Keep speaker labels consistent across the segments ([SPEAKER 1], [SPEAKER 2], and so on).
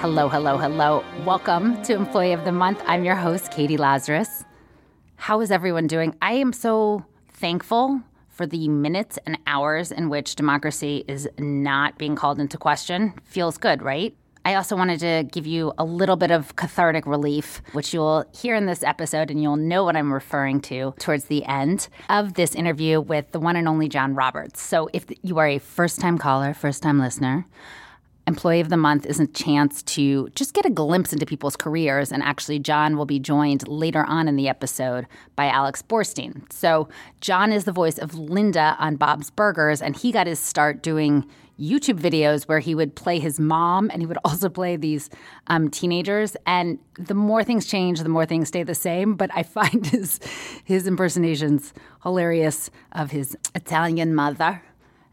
[SPEAKER 1] Hello, hello, hello. Welcome to Employee of the Month. I'm your host, Katie Lazarus. How is everyone doing? I am so thankful for the minutes and hours in which democracy is not being called into question. Feels good, right? I also wanted to give you a little bit of cathartic relief, which you'll hear in this episode, and you'll know what I'm referring to towards the end of this interview with the one and only John Roberts. So, if you are a first time caller, first time listener, Employee of the Month is a chance to just get a glimpse into people's careers. And actually, John will be joined later on in the episode by Alex Borstein. So, John is the voice of Linda on Bob's Burgers, and he got his start doing YouTube videos where he would play his mom and he would also play these um, teenagers. And the more things change, the more things stay the same. But I find his, his impersonations hilarious of his Italian mother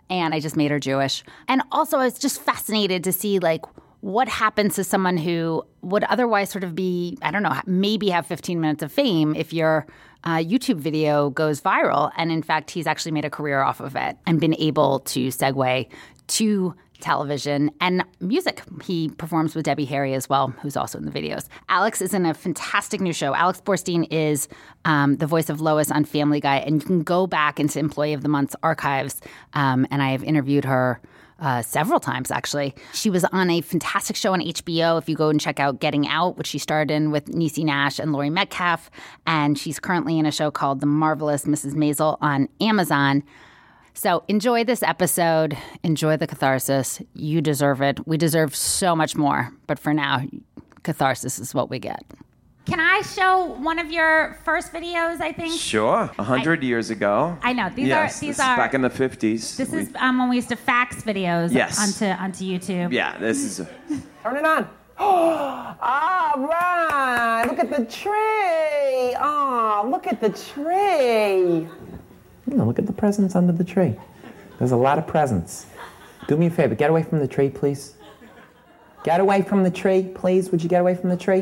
[SPEAKER 1] and I just made her Jewish. And also, I was just fascinated to see like what happens to someone who would otherwise sort of be, I don't know, maybe have 15 minutes of fame if your uh, YouTube video goes viral. And in fact, he's actually made a career off of it and been able to segue to television and music. He performs with Debbie Harry as well, who's also in the videos. Alex is in a fantastic new show. Alex Borstein is um, the voice of Lois on Family Guy, and you can go back into Employee of the Month's archives, um, and I have interviewed her. Uh, several times, actually. She was on a fantastic show on HBO. If you go and check out Getting Out, which she starred in with Niecy Nash and Laurie Metcalf, and she's currently in a show called The Marvelous Mrs. Maisel on Amazon. So enjoy this episode. Enjoy the catharsis. You deserve it. We deserve so much more. But for now, catharsis is what we get. Can I show one of your first videos? I think.
[SPEAKER 2] Sure, a hundred years ago.
[SPEAKER 1] I know these
[SPEAKER 2] yes,
[SPEAKER 1] are these
[SPEAKER 2] this
[SPEAKER 1] are
[SPEAKER 2] is back in the fifties.
[SPEAKER 1] This is um, when we used to fax videos
[SPEAKER 2] Yes.
[SPEAKER 1] onto onto YouTube.
[SPEAKER 2] yeah. This is.
[SPEAKER 3] Turn it on. All right. Look at the tree. Oh, look at the tree.
[SPEAKER 4] Yeah, look at the presents under the tree. There's a lot of presents. Do me a favor, get away from the tree, please. Get away from the tree, please. Would you get away from the tree?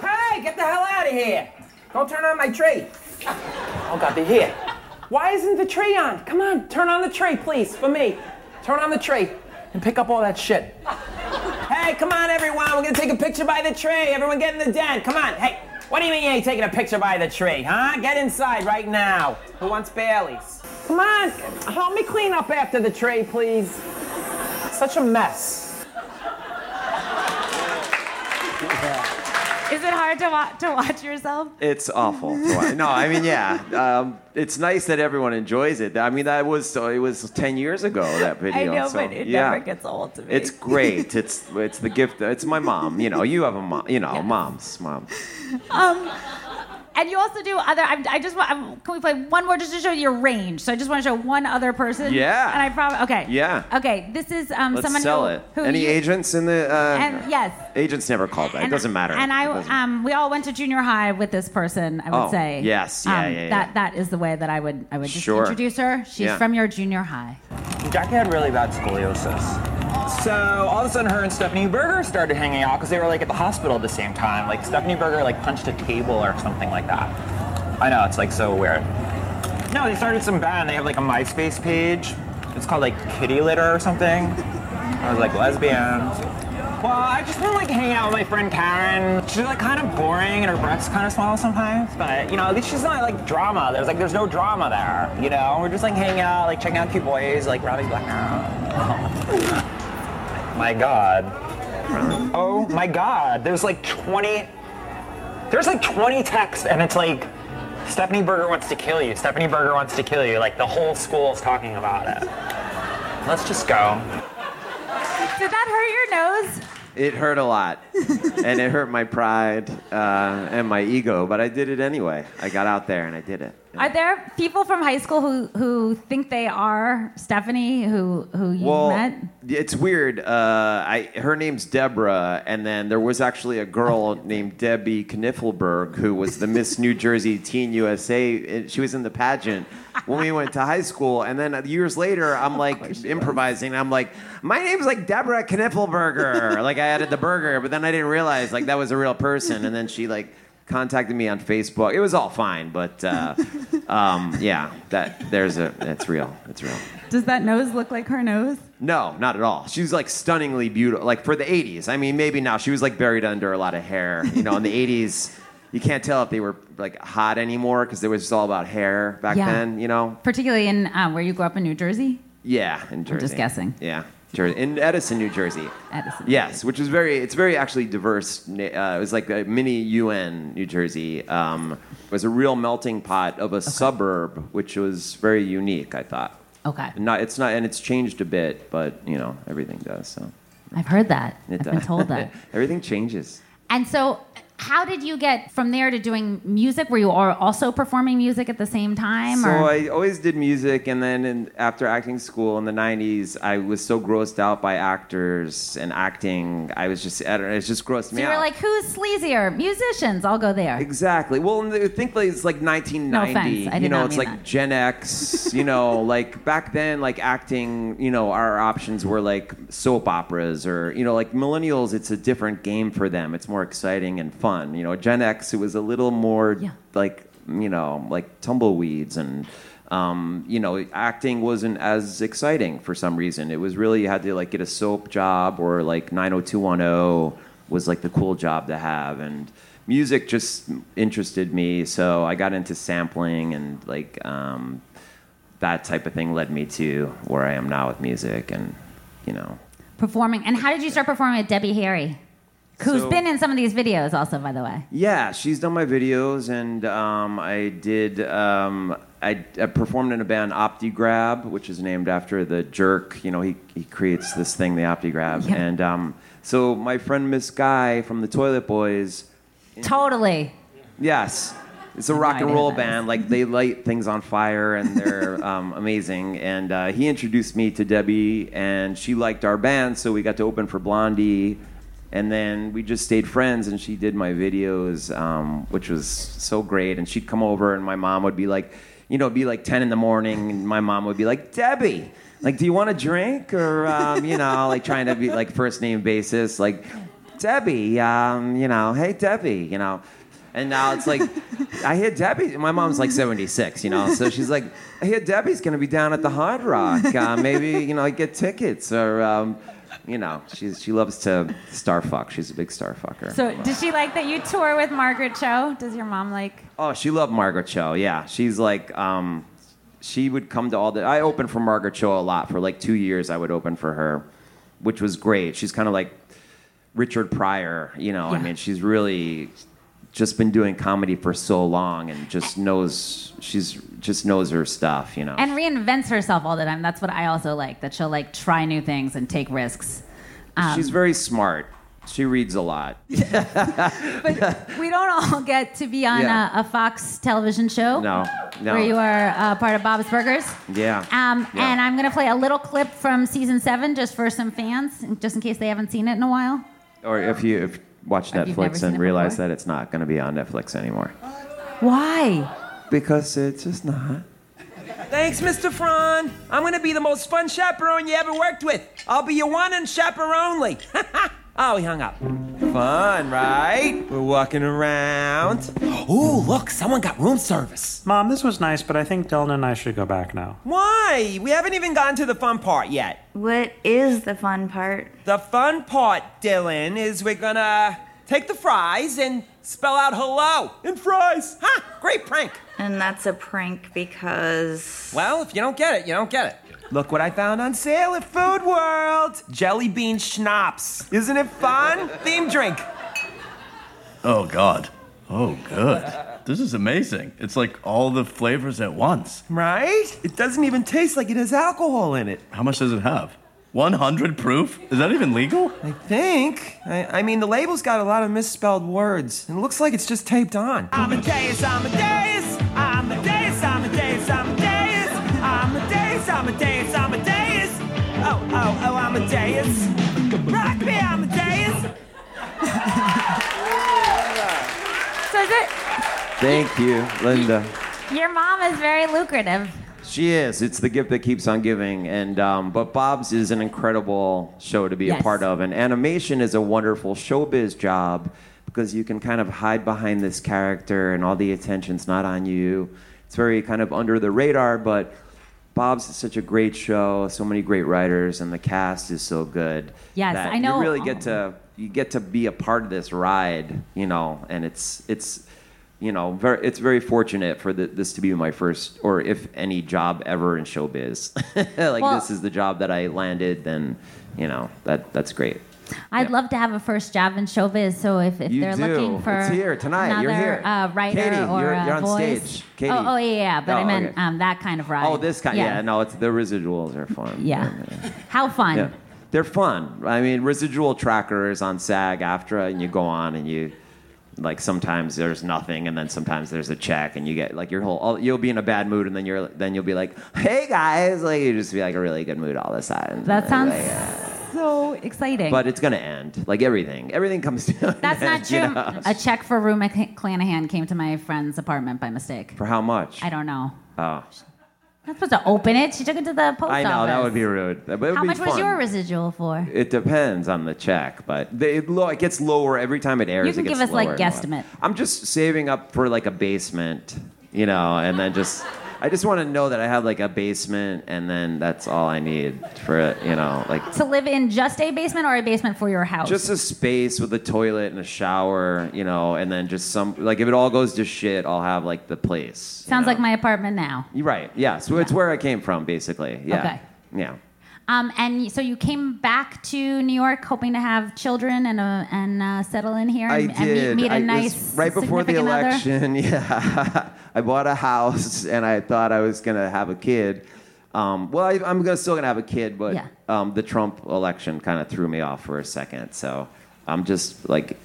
[SPEAKER 3] Hey, get the hell out of here. Don't turn on my tree. Oh, God, they're here. Why isn't the tree on? Come on, turn on the tree, please, for me. Turn on the tree and pick up all that shit. Hey, come on, everyone. We're gonna take a picture by the tree. Everyone get in the den. Come on. Hey, what do you mean you ain't taking a picture by the tree, huh? Get inside right now. Who wants Bailey's? Come on, help me clean up after the tree, please. Such a mess.
[SPEAKER 1] Is it hard to watch to watch yourself?
[SPEAKER 2] It's awful. no, I mean, yeah. Um, it's nice that everyone enjoys it. I mean, that was so. It was ten years ago that video.
[SPEAKER 1] I know,
[SPEAKER 2] so,
[SPEAKER 1] but it
[SPEAKER 2] yeah.
[SPEAKER 1] never gets old to me.
[SPEAKER 2] It's great. It's it's the gift. It's my mom. You know, you have a mom. You know, moms, moms.
[SPEAKER 1] and you also do other. I, I just want. I'm- Can we play one more just to show your range? So I just want to show one other person.
[SPEAKER 2] Yeah.
[SPEAKER 1] And I probably okay.
[SPEAKER 2] Yeah.
[SPEAKER 1] Okay. This is um
[SPEAKER 2] Let's
[SPEAKER 1] someone
[SPEAKER 2] sell
[SPEAKER 1] who,
[SPEAKER 2] it.
[SPEAKER 1] who
[SPEAKER 2] Any
[SPEAKER 1] you-
[SPEAKER 2] agents in the? Uh,
[SPEAKER 1] And yes.
[SPEAKER 2] Agents never call back. It
[SPEAKER 1] And-
[SPEAKER 2] doesn't matter.
[SPEAKER 1] And
[SPEAKER 2] It
[SPEAKER 1] I,
[SPEAKER 2] doesn't-
[SPEAKER 1] um, we all went to junior high with this person. I would
[SPEAKER 2] Oh,
[SPEAKER 1] say Um,
[SPEAKER 2] yes. Yeah, yeah, yeah.
[SPEAKER 1] That that is the way that I would I would just
[SPEAKER 2] Sure.
[SPEAKER 1] introduce her. She's
[SPEAKER 2] Yeah.
[SPEAKER 1] from your junior high.
[SPEAKER 5] Jackie had really bad scoliosis. So all of a sudden, her and Stephanie Berger started hanging out because they were like at the hospital at the same time. Like Stephanie Berger like punched a table or something like that. I know it's like so weird. No, they started some band. They have like a MySpace page. It's called like Kitty Litter or something. I was like lesbians. Well, I've just been like hanging out with my friend Karen. She's like kind of boring and her breath's kind of small sometimes, but you know, at least she's not like drama. There's like there's no drama there. You know, we're just like hanging out, like checking out cute boys, like Robbie Black. my God. Oh my God. There's like 20. There's like 20 texts, and it's like Stephanie Berger wants to kill you. Stephanie Berger wants to kill you. Like the whole school's talking about it. Let's just go.
[SPEAKER 1] Did that hurt your nose?
[SPEAKER 2] It hurt a lot, and it hurt my pride uh, and my ego, but I did it anyway. I got out there and I did it.
[SPEAKER 1] Are there people from high school who, who think they are Stephanie who who you
[SPEAKER 2] well,
[SPEAKER 1] met?
[SPEAKER 2] It's weird. Uh, I her name's Deborah, and then there was actually a girl named Debbie Kniffelberg who was the Miss New Jersey Teen USA. and She was in the pageant when we went to high school, and then years later, I'm like improvising. I'm like, my name's like Deborah Kniffelberger. like I added the burger, but then I didn't realize like that was a real person, and then she like contacted me on Facebook. It was all fine, but uh, um, yeah, that there's a it's real. It's real.
[SPEAKER 1] Does that nose look like her nose?
[SPEAKER 2] No, not at all. She was like stunningly beautiful, like for the 80s. I mean, maybe now she was like buried under a lot of hair. You know, in the 80s, you can't tell if they were like hot anymore because it was just all about hair back
[SPEAKER 1] Yeah.
[SPEAKER 2] then. You know?
[SPEAKER 1] Particularly in uh, where you grew up in New Jersey?
[SPEAKER 2] Yeah, in Jersey.
[SPEAKER 1] just guessing.
[SPEAKER 2] Yeah, Jersey. in Edison, New Jersey.
[SPEAKER 1] Edison.
[SPEAKER 2] Yes, which is very. It's very actually diverse. na- Uh, it was like a mini UN, New Jersey. Um, it was a real melting pot of a suburb, which was very unique. I thought.
[SPEAKER 1] Okay.
[SPEAKER 2] Not. It's not, and it's changed a bit, but you know, everything does. So.
[SPEAKER 1] I've heard that.
[SPEAKER 2] It
[SPEAKER 1] I've
[SPEAKER 2] does.
[SPEAKER 1] been told that.
[SPEAKER 2] Everything changes.
[SPEAKER 1] and so how did you get from there to doing music? Were you al- also performing music at the same time?
[SPEAKER 2] So
[SPEAKER 1] or?
[SPEAKER 2] I always did music, and then in, after acting school in the '90s, I was so grossed out by actors and acting. I was just, I don't know, it just grossed
[SPEAKER 1] so
[SPEAKER 2] me
[SPEAKER 1] you
[SPEAKER 2] out.
[SPEAKER 1] were like, who's sleazier? Musicians. I'll go there.
[SPEAKER 2] Exactly. Well, and the- think like it's like 1990.
[SPEAKER 1] No offense. I did
[SPEAKER 2] you know,
[SPEAKER 1] not
[SPEAKER 2] it's
[SPEAKER 1] mean
[SPEAKER 2] like
[SPEAKER 1] that.
[SPEAKER 2] Gen X. You know, like back then, like acting. You know, our options were like soap operas or you know, like millennials. It's a different game for them. It's more exciting and fun. You know, Gen X. It was a little more
[SPEAKER 1] Yeah.
[SPEAKER 2] like you know, like tumbleweeds and. Um, you know, acting wasn't as exciting for some reason. It was really you had to like get a soap job or like 90210 was like the cool job to have and music just interested me so i got into sampling and like um, that type of thing led me to where i am now with music and you know
[SPEAKER 1] Performing. And how did you start performing with Debbie Harry? who's
[SPEAKER 2] So-
[SPEAKER 1] been in some of these videos also, by the way.
[SPEAKER 2] yeah she's done my videos and um, i did um, I, I performed in a band optigrab which is named after the jerk you know he, he creates this thing the optigrab
[SPEAKER 1] Yeah.
[SPEAKER 2] and um, so my friend miss guy from the toilet boys
[SPEAKER 1] Totally.
[SPEAKER 2] Yes. It's a rock and
[SPEAKER 1] idea
[SPEAKER 2] roll
[SPEAKER 1] who that is.
[SPEAKER 2] band. Like they light things on fire and they're um, amazing. And uh, he introduced me to Debbie and she liked our band. So we got to open for Blondie. And then we just stayed friends and she did my videos, um, which was so great. And she'd come over and my mom would be like, you know, it'd be like 10 in the morning and my mom would be like, Debbie, like, do you want a drink? Or, um, you know, like trying to be like first name basis, like, Debbie, um, you know, hey, Debbie, you know. And now it's like, I hear Debbie. My mom's like 76, you know, so she's like, I hear Debbie's gonna be down at the Hard Rock. Uh, maybe you know, get tickets or, um, you know, she's she loves to star fuck. She's a big star fucker.
[SPEAKER 1] So does she like that you tour with Margaret Cho? Does your mom like
[SPEAKER 2] Oh, she loved Margaret Cho. Yeah, she's like, um, she would come to all the. I opened for Margaret Cho a lot for like two years. I would open for her, which was great. She's kind of like Richard Pryor, you know. I
[SPEAKER 1] Yeah.
[SPEAKER 2] mean, she's really just been doing comedy for so long and just knows she's just knows her stuff, you know.
[SPEAKER 1] and reinvents herself all the time. That's what I also like. That she'll like try new things and take risks. um,
[SPEAKER 2] she's very smart. She reads a lot.
[SPEAKER 1] We don't all get to be on
[SPEAKER 2] Yeah.
[SPEAKER 1] a, a Fox television show.
[SPEAKER 2] No, no.
[SPEAKER 1] Where you are uh, part of Bob's Burgers.
[SPEAKER 2] Yeah.
[SPEAKER 1] Um,
[SPEAKER 2] Yeah.
[SPEAKER 1] And I'm going to play a little clip from season seven just for some fans, just in case they haven't seen it in a while.
[SPEAKER 2] Or if you if you watch
[SPEAKER 1] Have you never
[SPEAKER 2] Netflix
[SPEAKER 1] seen
[SPEAKER 2] and
[SPEAKER 1] it
[SPEAKER 2] realize
[SPEAKER 1] before?
[SPEAKER 2] that it's not going to be on Netflix anymore
[SPEAKER 1] Why?
[SPEAKER 2] because it's just not.
[SPEAKER 3] Thanks, Mr. Fran. I'm gonna be the most fun chaperone you ever worked with. I'll be your one and chaperonely. oh, he hung up.
[SPEAKER 2] Fun, right? We're walking around.
[SPEAKER 3] Ooh, look, someone got room service.
[SPEAKER 6] Mom, this was nice, but I think Dylan and I should go back now.
[SPEAKER 3] Why? We haven't even gotten to the fun part yet.
[SPEAKER 7] What is the fun part?
[SPEAKER 3] The fun part, Dylan, is we're gonna take the fries and spell out hello in fries. Ha! Great prank.
[SPEAKER 7] And that's a prank because.
[SPEAKER 3] Well, if you don't get it, you don't get it. Look what I found on sale at Food World Jelly Bean Schnapps. Isn't it fun? Theme drink.
[SPEAKER 8] Oh God. Oh good. This is amazing. It's like all the flavors at once.
[SPEAKER 3] Right?
[SPEAKER 2] It doesn't even taste like it has alcohol in it.
[SPEAKER 8] How much does it have? 100 proof? Is that even legal?
[SPEAKER 2] I think. I, I mean, the label's got a lot of misspelled words, and it looks like it's just taped on.
[SPEAKER 3] Amadeus, Amadeus, Amadeus, Amadeus.
[SPEAKER 9] days, I'm a days, I'm a days, I'm a days, I'm a days. Oh, oh, oh, I'm a days. Rock me, I'm a days.
[SPEAKER 1] So is it,
[SPEAKER 2] Thank you, Linda.
[SPEAKER 1] your mom is very lucrative.
[SPEAKER 2] She is. It's the gift that keeps on giving. And um, but Bob's is an incredible show to be
[SPEAKER 1] Yes.
[SPEAKER 2] a part of, and animation is a wonderful showbiz job because you can kind of hide behind this character, and all the attention's not on you. It's very kind of under the radar, but Bob's is such a great show. So many great writers, and the cast is so good.
[SPEAKER 1] Yes,
[SPEAKER 2] that
[SPEAKER 1] I know- um,
[SPEAKER 2] You really get to you get to be a part of this ride, you know, and it's it's you know, very, it's very fortunate for the, this to be my first, or if any job ever in showbiz. like
[SPEAKER 10] Well-
[SPEAKER 2] this is the job that I landed, then you know that that's great.
[SPEAKER 10] I'd love to have a first job in showbiz. So if, if
[SPEAKER 2] You
[SPEAKER 10] they're
[SPEAKER 2] do.
[SPEAKER 10] looking for
[SPEAKER 2] It's here tonight.
[SPEAKER 10] another
[SPEAKER 2] You're here.
[SPEAKER 10] Uh, writer
[SPEAKER 2] Katie,
[SPEAKER 10] or
[SPEAKER 2] you're-
[SPEAKER 10] a
[SPEAKER 2] you're on
[SPEAKER 10] voice.
[SPEAKER 2] stage. Katie.
[SPEAKER 10] Oh, oh, yeah, yeah. But
[SPEAKER 2] Oh,
[SPEAKER 10] I meant
[SPEAKER 2] okay.
[SPEAKER 10] um, that kind of ride.
[SPEAKER 2] Oh, this kind, yeah. no, it's the residuals are fun.
[SPEAKER 10] Yeah. How fun.
[SPEAKER 2] Yeah. They're fun. I mean, residual trackers on SAG, AFTRA, and you go on and you, like, sometimes there's nothing, and then sometimes there's a check, and you get like your whole, all, you'll be in a bad mood, and then you're, then you'll be like, hey guys, like you just be like a really good mood all of a sudden.
[SPEAKER 10] That sounds
[SPEAKER 2] Like, yeah.
[SPEAKER 10] so exciting.
[SPEAKER 2] But it's gonna end. Like everything, everything comes to. an
[SPEAKER 10] That's
[SPEAKER 2] end,
[SPEAKER 10] not true.
[SPEAKER 2] you know?
[SPEAKER 10] A check for Rue McClanahan came to my friend's apartment by mistake.
[SPEAKER 2] For how much?
[SPEAKER 10] I don't know.
[SPEAKER 2] Oh,
[SPEAKER 10] Not supposed to open it. She took it to the post
[SPEAKER 2] I know
[SPEAKER 10] office.
[SPEAKER 2] that would be rude. But it would
[SPEAKER 10] How
[SPEAKER 2] be
[SPEAKER 10] much was
[SPEAKER 2] fun.
[SPEAKER 10] your residual for?
[SPEAKER 2] It depends on the check, but they, it, lo- it gets lower every time it airs.
[SPEAKER 10] You can
[SPEAKER 2] it gets
[SPEAKER 10] give us, like,
[SPEAKER 2] lower and lower.
[SPEAKER 10] guesstimate.
[SPEAKER 2] I'm just saving up for like a basement, you know, and then just I just want to know that I have like a basement, and then that's all I need for it, you know, like
[SPEAKER 10] To live in just a basement or a basement for your house?
[SPEAKER 2] just a space with a toilet and a shower, you know, and then just some like if it all goes to shit, I'll have like the place.
[SPEAKER 10] Sounds like my apartment now.
[SPEAKER 2] You're right. Yeah. So it's where I came from, basically. Yeah.
[SPEAKER 10] Okay.
[SPEAKER 2] Yeah.
[SPEAKER 10] Um, and y- so you came back to New York hoping to have children and uh, and uh, settle in here
[SPEAKER 2] I
[SPEAKER 10] and, and
[SPEAKER 2] did.
[SPEAKER 10] meet, meet a
[SPEAKER 2] I- it was
[SPEAKER 10] nice
[SPEAKER 2] right before the
[SPEAKER 10] significant other?
[SPEAKER 2] election. Yeah, I bought a house and I thought I was gonna have a kid. Um, well, I, I'm gonna, still gonna have a kid, but
[SPEAKER 10] Yeah.
[SPEAKER 2] um, the Trump election kind of threw me off for a second. So I'm just like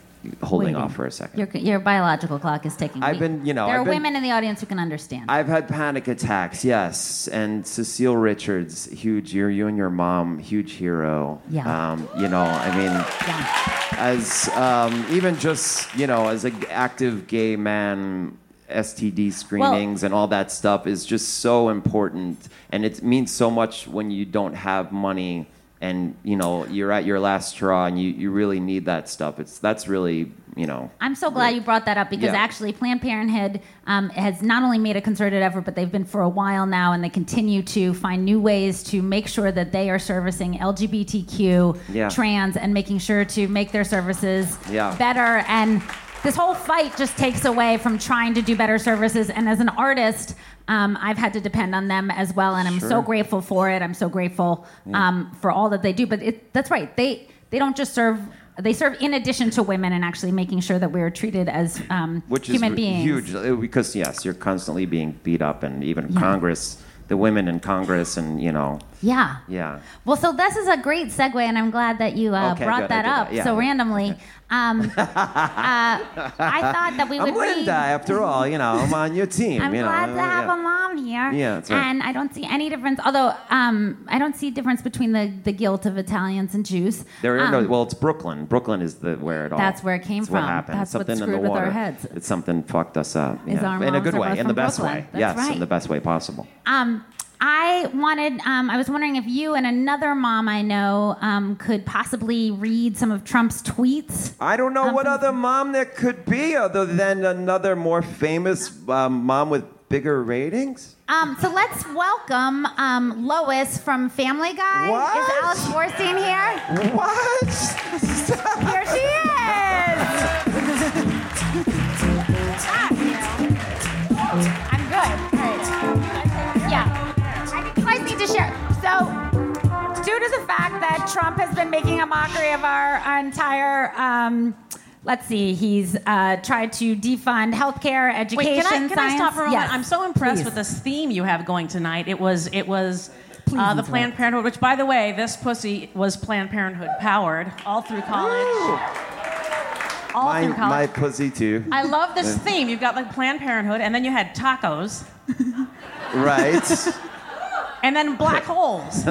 [SPEAKER 10] Waiting.
[SPEAKER 2] holding off for a second.
[SPEAKER 10] Your, your biological clock is ticking.
[SPEAKER 2] I've
[SPEAKER 10] We-
[SPEAKER 2] been, you know,
[SPEAKER 10] there
[SPEAKER 2] I've
[SPEAKER 10] are
[SPEAKER 2] been-
[SPEAKER 10] women in the audience who can understand.
[SPEAKER 2] I've had panic attacks, yes. And Cecile Richards, huge. You're, you and your mom, huge hero.
[SPEAKER 10] Yeah.
[SPEAKER 2] Um, you know, I mean, as um, even just you know, as an active gay man, STD screenings and all that stuff is just so important, and it means so much when you don't have money. And you know you're at your last straw, and you, you really need that stuff. It's that's really you know
[SPEAKER 10] I'm so glad you brought that up because
[SPEAKER 2] Yeah.
[SPEAKER 10] actually, Planned Parenthood um, has not only made a concerted effort, but they've been for a while now, and they continue to find new ways to make sure that they are servicing LGBTQ,
[SPEAKER 11] Yeah.
[SPEAKER 10] trans, and making sure to make their services
[SPEAKER 11] Yeah.
[SPEAKER 10] better. And this whole fight just takes away from trying to do better services. And as an artist, um, I've had to depend on them as well, and I'm so
[SPEAKER 11] Sure.
[SPEAKER 10] grateful for it. I'm so grateful
[SPEAKER 11] Yeah.
[SPEAKER 10] um, for all that they do. But it, that's right; they they don't just serve. They serve in addition to women and actually making sure that we are treated as um,
[SPEAKER 2] which
[SPEAKER 10] human
[SPEAKER 2] is
[SPEAKER 10] beings.
[SPEAKER 2] huge uh, because yes, you're constantly being beat up, and even
[SPEAKER 10] Yeah.
[SPEAKER 2] Congress, the women in Congress, and you know,
[SPEAKER 10] Yeah.
[SPEAKER 2] yeah.
[SPEAKER 10] Well, so this is a great segue, and I'm glad that you uh,
[SPEAKER 2] Okay,
[SPEAKER 10] brought
[SPEAKER 2] good, I
[SPEAKER 10] that
[SPEAKER 2] did
[SPEAKER 10] up
[SPEAKER 2] that. Yeah,
[SPEAKER 10] so
[SPEAKER 2] yeah.
[SPEAKER 10] randomly. Um, uh, I thought that we would
[SPEAKER 2] I'm Linda,
[SPEAKER 10] read-
[SPEAKER 2] after all, you know, I'm on your team.
[SPEAKER 10] I'm
[SPEAKER 2] you know,
[SPEAKER 10] glad
[SPEAKER 2] uh,
[SPEAKER 10] to have
[SPEAKER 2] yeah.
[SPEAKER 10] a mom here.
[SPEAKER 2] Yeah, that's right.
[SPEAKER 10] And I don't see any difference, although um, I don't see difference between the, the guilt of Italians and Jews.
[SPEAKER 2] There are
[SPEAKER 10] Um,
[SPEAKER 2] no, well, it's Brooklyn. Brooklyn is the where it all.
[SPEAKER 10] That's where it came
[SPEAKER 2] it's
[SPEAKER 10] from.
[SPEAKER 2] What happened.
[SPEAKER 10] That's what
[SPEAKER 2] something in the
[SPEAKER 10] screwed with our
[SPEAKER 2] water.
[SPEAKER 10] heads.
[SPEAKER 2] It's something fucked us up.
[SPEAKER 10] Is
[SPEAKER 2] yeah.
[SPEAKER 10] our
[SPEAKER 2] in a
[SPEAKER 10] moms
[SPEAKER 2] good
[SPEAKER 10] are
[SPEAKER 2] way,
[SPEAKER 10] both
[SPEAKER 2] in the
[SPEAKER 10] from
[SPEAKER 2] best
[SPEAKER 10] Brooklyn.
[SPEAKER 2] way.
[SPEAKER 10] That's
[SPEAKER 2] yes,
[SPEAKER 10] right.
[SPEAKER 2] in the best way possible.
[SPEAKER 10] Um, I wanted, um, I was wondering if you and another mom I know um, could possibly read some of Trump's tweets.
[SPEAKER 2] I don't know what other mom there could be other than another more famous um, mom with bigger ratings.
[SPEAKER 10] Um, so let's welcome um, Lois from Family Guy. What? Is Alice Borstein here?
[SPEAKER 2] What?
[SPEAKER 10] here she is. I'm good. All right. Yeah. I think you guys need to share. So, due to the fact that Trump has been making a mockery of our entire. Um, Let's see. He's uh, tried to defund healthcare,
[SPEAKER 12] Wait,
[SPEAKER 10] education,
[SPEAKER 12] can I, can I
[SPEAKER 10] science.
[SPEAKER 12] stop for a moment?
[SPEAKER 10] Yes.
[SPEAKER 12] I'm so impressed
[SPEAKER 10] Please.
[SPEAKER 12] with this theme you have going tonight. It was it was uh, the
[SPEAKER 10] interrupt.
[SPEAKER 12] Planned Parenthood, which by the way, this pussy was Planned Parenthood powered all through college. All
[SPEAKER 2] my,
[SPEAKER 12] through
[SPEAKER 2] my
[SPEAKER 12] college.
[SPEAKER 2] pussy too.
[SPEAKER 12] I love this
[SPEAKER 2] Yeah.
[SPEAKER 12] theme. You've got like Planned Parenthood, and then you had tacos.
[SPEAKER 2] Right.
[SPEAKER 12] And then black holes.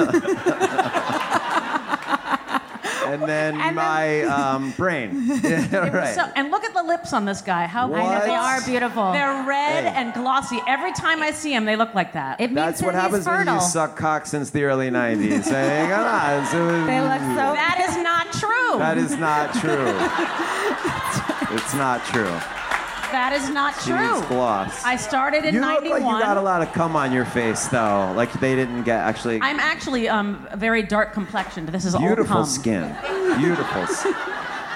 [SPEAKER 2] and then my um, brain. Yeah, right.
[SPEAKER 12] So, and look at the lips on this guy. How
[SPEAKER 2] I know, they What? are
[SPEAKER 12] beautiful. They're red
[SPEAKER 2] Hey.
[SPEAKER 12] and glossy. Every time I see him, they look like that. It means
[SPEAKER 2] That's what happens when you suck cock since the early 90s. hey, come on. So-
[SPEAKER 12] That is not true.
[SPEAKER 2] That is not true. it's not true.
[SPEAKER 12] that is not
[SPEAKER 2] She needs
[SPEAKER 12] true.
[SPEAKER 2] gloss.
[SPEAKER 12] I started in
[SPEAKER 2] you look like
[SPEAKER 12] 91.
[SPEAKER 2] you got a lot of cum on your face, though. Like they didn't get actually
[SPEAKER 12] I'm actually um, very dark complexioned. This is
[SPEAKER 2] beautiful
[SPEAKER 12] all cum.
[SPEAKER 2] skin. Beautiful. skin.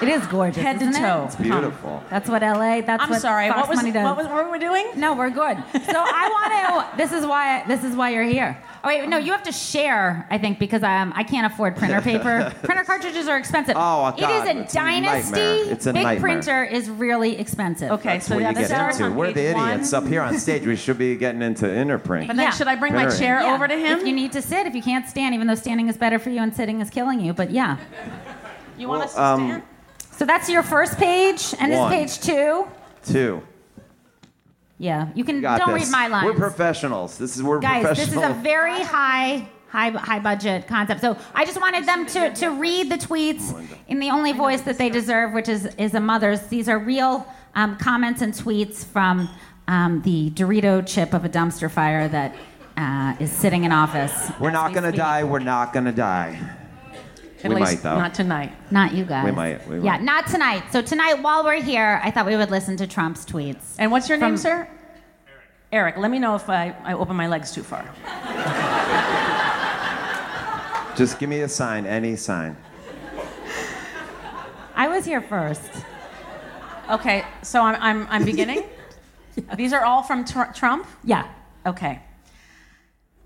[SPEAKER 1] It is gorgeous.
[SPEAKER 12] Head to
[SPEAKER 1] isn't it?
[SPEAKER 12] toe.
[SPEAKER 2] It's beautiful.
[SPEAKER 1] That's what LA. That's
[SPEAKER 12] I'm
[SPEAKER 1] what
[SPEAKER 12] sorry,
[SPEAKER 1] Fox
[SPEAKER 12] what was-
[SPEAKER 1] Money does.
[SPEAKER 12] what was- were we doing?
[SPEAKER 1] No, we're good. So I want to. This is why. This is why you're here. Oh wait, no, you have to share. I think because um, I can't afford printer paper. printer cartridges are expensive.
[SPEAKER 12] Uh,
[SPEAKER 2] Oh,
[SPEAKER 1] it
[SPEAKER 2] God,
[SPEAKER 1] is a
[SPEAKER 2] it's a
[SPEAKER 1] dynasty.
[SPEAKER 2] nightmare. It's a
[SPEAKER 1] Big
[SPEAKER 2] nightmare.
[SPEAKER 1] printer is really expensive. Okay,
[SPEAKER 2] That's what you get into. We're the idiots up here on stage. We should be getting into interprint.
[SPEAKER 1] But
[SPEAKER 12] then should I bring
[SPEAKER 2] my Very. chair
[SPEAKER 12] over to him?
[SPEAKER 1] If you need to sit, if you can't stand, even though standing is better for you and sitting is killing you, but yeah.
[SPEAKER 12] You want us to
[SPEAKER 2] Um,
[SPEAKER 1] So that's your first page, and
[SPEAKER 2] One.
[SPEAKER 1] this page two.
[SPEAKER 2] two.
[SPEAKER 1] Yeah, you can.
[SPEAKER 2] You got
[SPEAKER 1] don't
[SPEAKER 2] this.
[SPEAKER 1] read my lines.
[SPEAKER 2] We're professionals. This is we're
[SPEAKER 1] Guys, this is
[SPEAKER 2] professional.
[SPEAKER 1] a very high, high, high budget concept. So I just wanted them to, to read the tweets
[SPEAKER 12] Oh
[SPEAKER 1] in the only voice that they deserve, which is, is a mother's. These are real um, comments and tweets from um, the Dorito chip of a dumpster fire that uh, is sitting in office.
[SPEAKER 2] we're not gonna die. We're not gonna die.
[SPEAKER 1] At
[SPEAKER 2] we
[SPEAKER 1] least
[SPEAKER 2] might though.
[SPEAKER 1] not tonight. Not you guys.
[SPEAKER 2] We might. We
[SPEAKER 1] Yeah,
[SPEAKER 2] might.
[SPEAKER 1] not tonight. So tonight, while we're here, I thought we would listen to Trump's tweets.
[SPEAKER 12] And what's your name, sir? Eric, let me know if I, I open my legs too far.
[SPEAKER 2] Just give me a sign. Any sign.
[SPEAKER 1] I was here first.
[SPEAKER 12] Okay, so I'm, I'm, I'm beginning. These are all from tr- Trump?
[SPEAKER 1] Yeah.
[SPEAKER 12] Okay.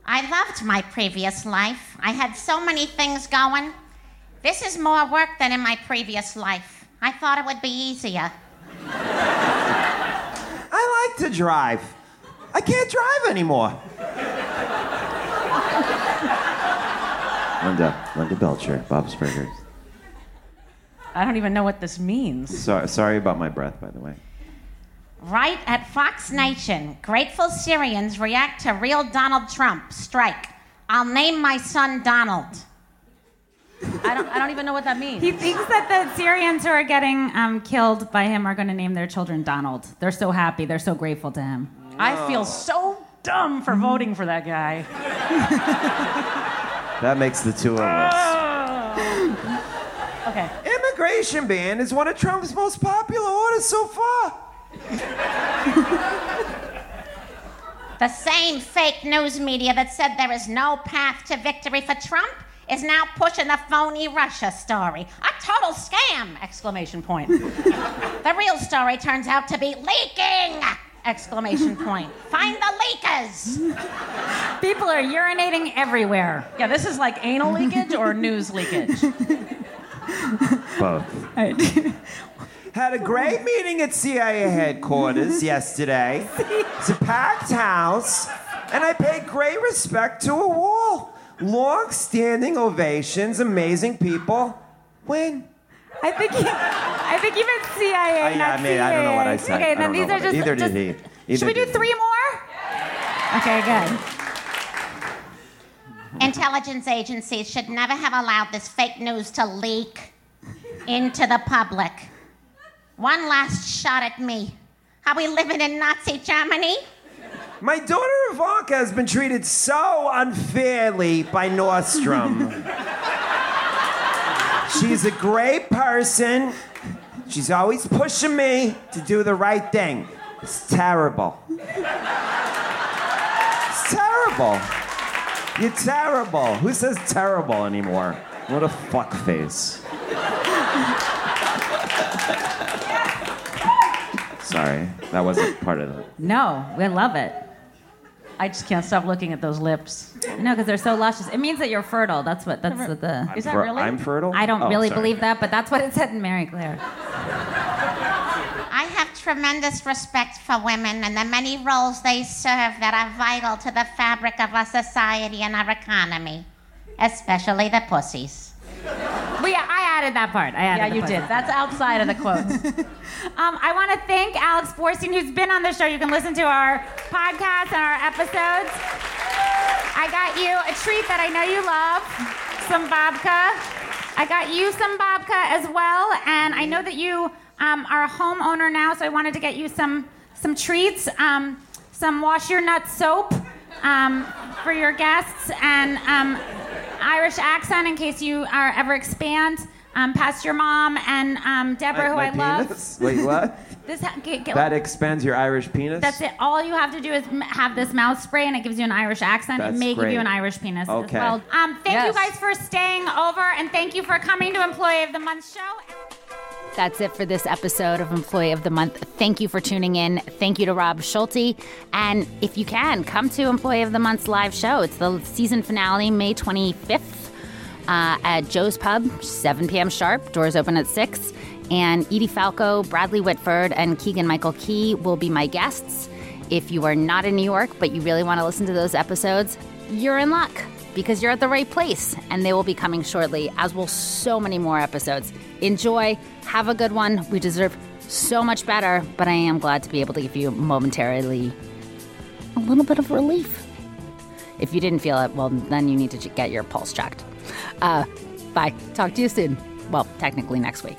[SPEAKER 10] I loved my previous life. I had so many things going. This is more work than in my previous life. I thought it would be easier.
[SPEAKER 2] I like to drive. I can't drive anymore. Linda, Linda Belcher, Bob's Burgers.
[SPEAKER 12] I don't even know what this means.
[SPEAKER 2] Sorry, sorry about my breath, by the way.
[SPEAKER 10] Right at Fox Nation, grateful Syrians react to real Donald Trump strike. I'll name my son Donald.
[SPEAKER 12] I don't, I don't even know what that means.
[SPEAKER 1] He thinks that the Syrians who are getting um, killed by him are going to name their children Donald. They're so happy. They're so grateful to him.
[SPEAKER 12] I feel so dumb for voting for that guy.
[SPEAKER 2] That makes the two of us.
[SPEAKER 12] okay.
[SPEAKER 2] Immigration ban is one of Trump's most popular orders so far.
[SPEAKER 10] The same fake news media that said there is no path to victory for Trump is now pushing the phony Russia story. A total scam! Exclamation point. the real story turns out to be leaking! Exclamation point. Find the leakers!
[SPEAKER 1] People are urinating everywhere.
[SPEAKER 12] Yeah, this is like anal leakage or news leakage.
[SPEAKER 2] Both. Had a great meeting at CIA headquarters yesterday. It's a packed house, and I paid great respect to a wall. Long standing ovations, amazing people. When?
[SPEAKER 1] I think he, I think you meant CIA.
[SPEAKER 2] I, I mean, I don't know what I said.
[SPEAKER 1] Okay,
[SPEAKER 2] I
[SPEAKER 1] then
[SPEAKER 2] don't
[SPEAKER 1] these
[SPEAKER 2] know
[SPEAKER 1] are
[SPEAKER 2] what I-
[SPEAKER 1] just.
[SPEAKER 2] Either
[SPEAKER 1] just-
[SPEAKER 2] did he.
[SPEAKER 1] should we
[SPEAKER 2] Either
[SPEAKER 1] do
[SPEAKER 2] did
[SPEAKER 1] three more? Okay, good.
[SPEAKER 10] Intelligence agencies should never have allowed this fake news to leak into the public. One last shot at me. Are we living in Nazi Germany?
[SPEAKER 2] My daughter Ivanka has been treated so unfairly by Nordstrom. She's a great person. She's always pushing me to do the right thing. It's terrible. It's terrible. You're terrible. Who says terrible anymore? What a fuck face. Sorry, that wasn't part of it.
[SPEAKER 1] No, we love it.
[SPEAKER 12] I just can't stop looking at those lips.
[SPEAKER 1] No, because they're so luscious. It means that you're fertile. That's what. That's what the.
[SPEAKER 12] Is that Fer- really? I'm
[SPEAKER 2] fertile?
[SPEAKER 1] I don't
[SPEAKER 2] Oh,
[SPEAKER 1] really
[SPEAKER 2] sorry.
[SPEAKER 1] believe that, but that's what it said in Mary Claire.
[SPEAKER 10] I have tremendous respect for women and the many roles they serve that are vital to the fabric of our society and our economy, especially the pussies.
[SPEAKER 1] We, I added that part. I added
[SPEAKER 10] Yeah,
[SPEAKER 1] the
[SPEAKER 10] you
[SPEAKER 1] part.
[SPEAKER 10] did.
[SPEAKER 12] That's outside of the quotes.
[SPEAKER 1] um, I want to thank Alex Borstein, who's been on the show. You can listen to our podcast and our episodes.
[SPEAKER 10] I got you a treat that I know you love, some babka. I got you some babka as well, and I know that you um, are a homeowner now, so I wanted to get you some some treats, um, some wash your nuts soap um, for your guests, and um, Irish accent in case you are ever expand. Um, past your mom and um, Deborah,
[SPEAKER 2] My
[SPEAKER 10] who I
[SPEAKER 2] penis? Wait, what?
[SPEAKER 10] love. This ha- get, get,
[SPEAKER 2] that expands your Irish penis?
[SPEAKER 10] that's it. All you have to do is m- have this mouth spray, and it gives you an Irish accent.
[SPEAKER 2] That's
[SPEAKER 10] it may give
[SPEAKER 2] great.
[SPEAKER 10] you an Irish penis as
[SPEAKER 2] Okay.
[SPEAKER 10] well. Um, thank you guys for staying over, and thank you for coming to Employee of the Month show.
[SPEAKER 1] That's it for this episode of Employee of the Month. Thank you for tuning in. Thank you to Rob Schulte. And if you can, come to Employee of the Month's live show. It's the season finale, May 25th uh, at Joe's Pub, 7 p.m. sharp. Doors open at 6. And Edie Falco, Bradley Whitford, and Keegan Michael Key will be my guests. If you are not in New York, but you really want to listen to those episodes, you're in luck because you're at the right place. And they will be coming shortly, as will so many more episodes. Enjoy, have a good one. We deserve so much better, but I am glad to be able to give you momentarily a little bit of relief. If you didn't feel it, well, then you need to j- get your pulse checked. Uh, bye. Talk to you soon. Well, technically next week.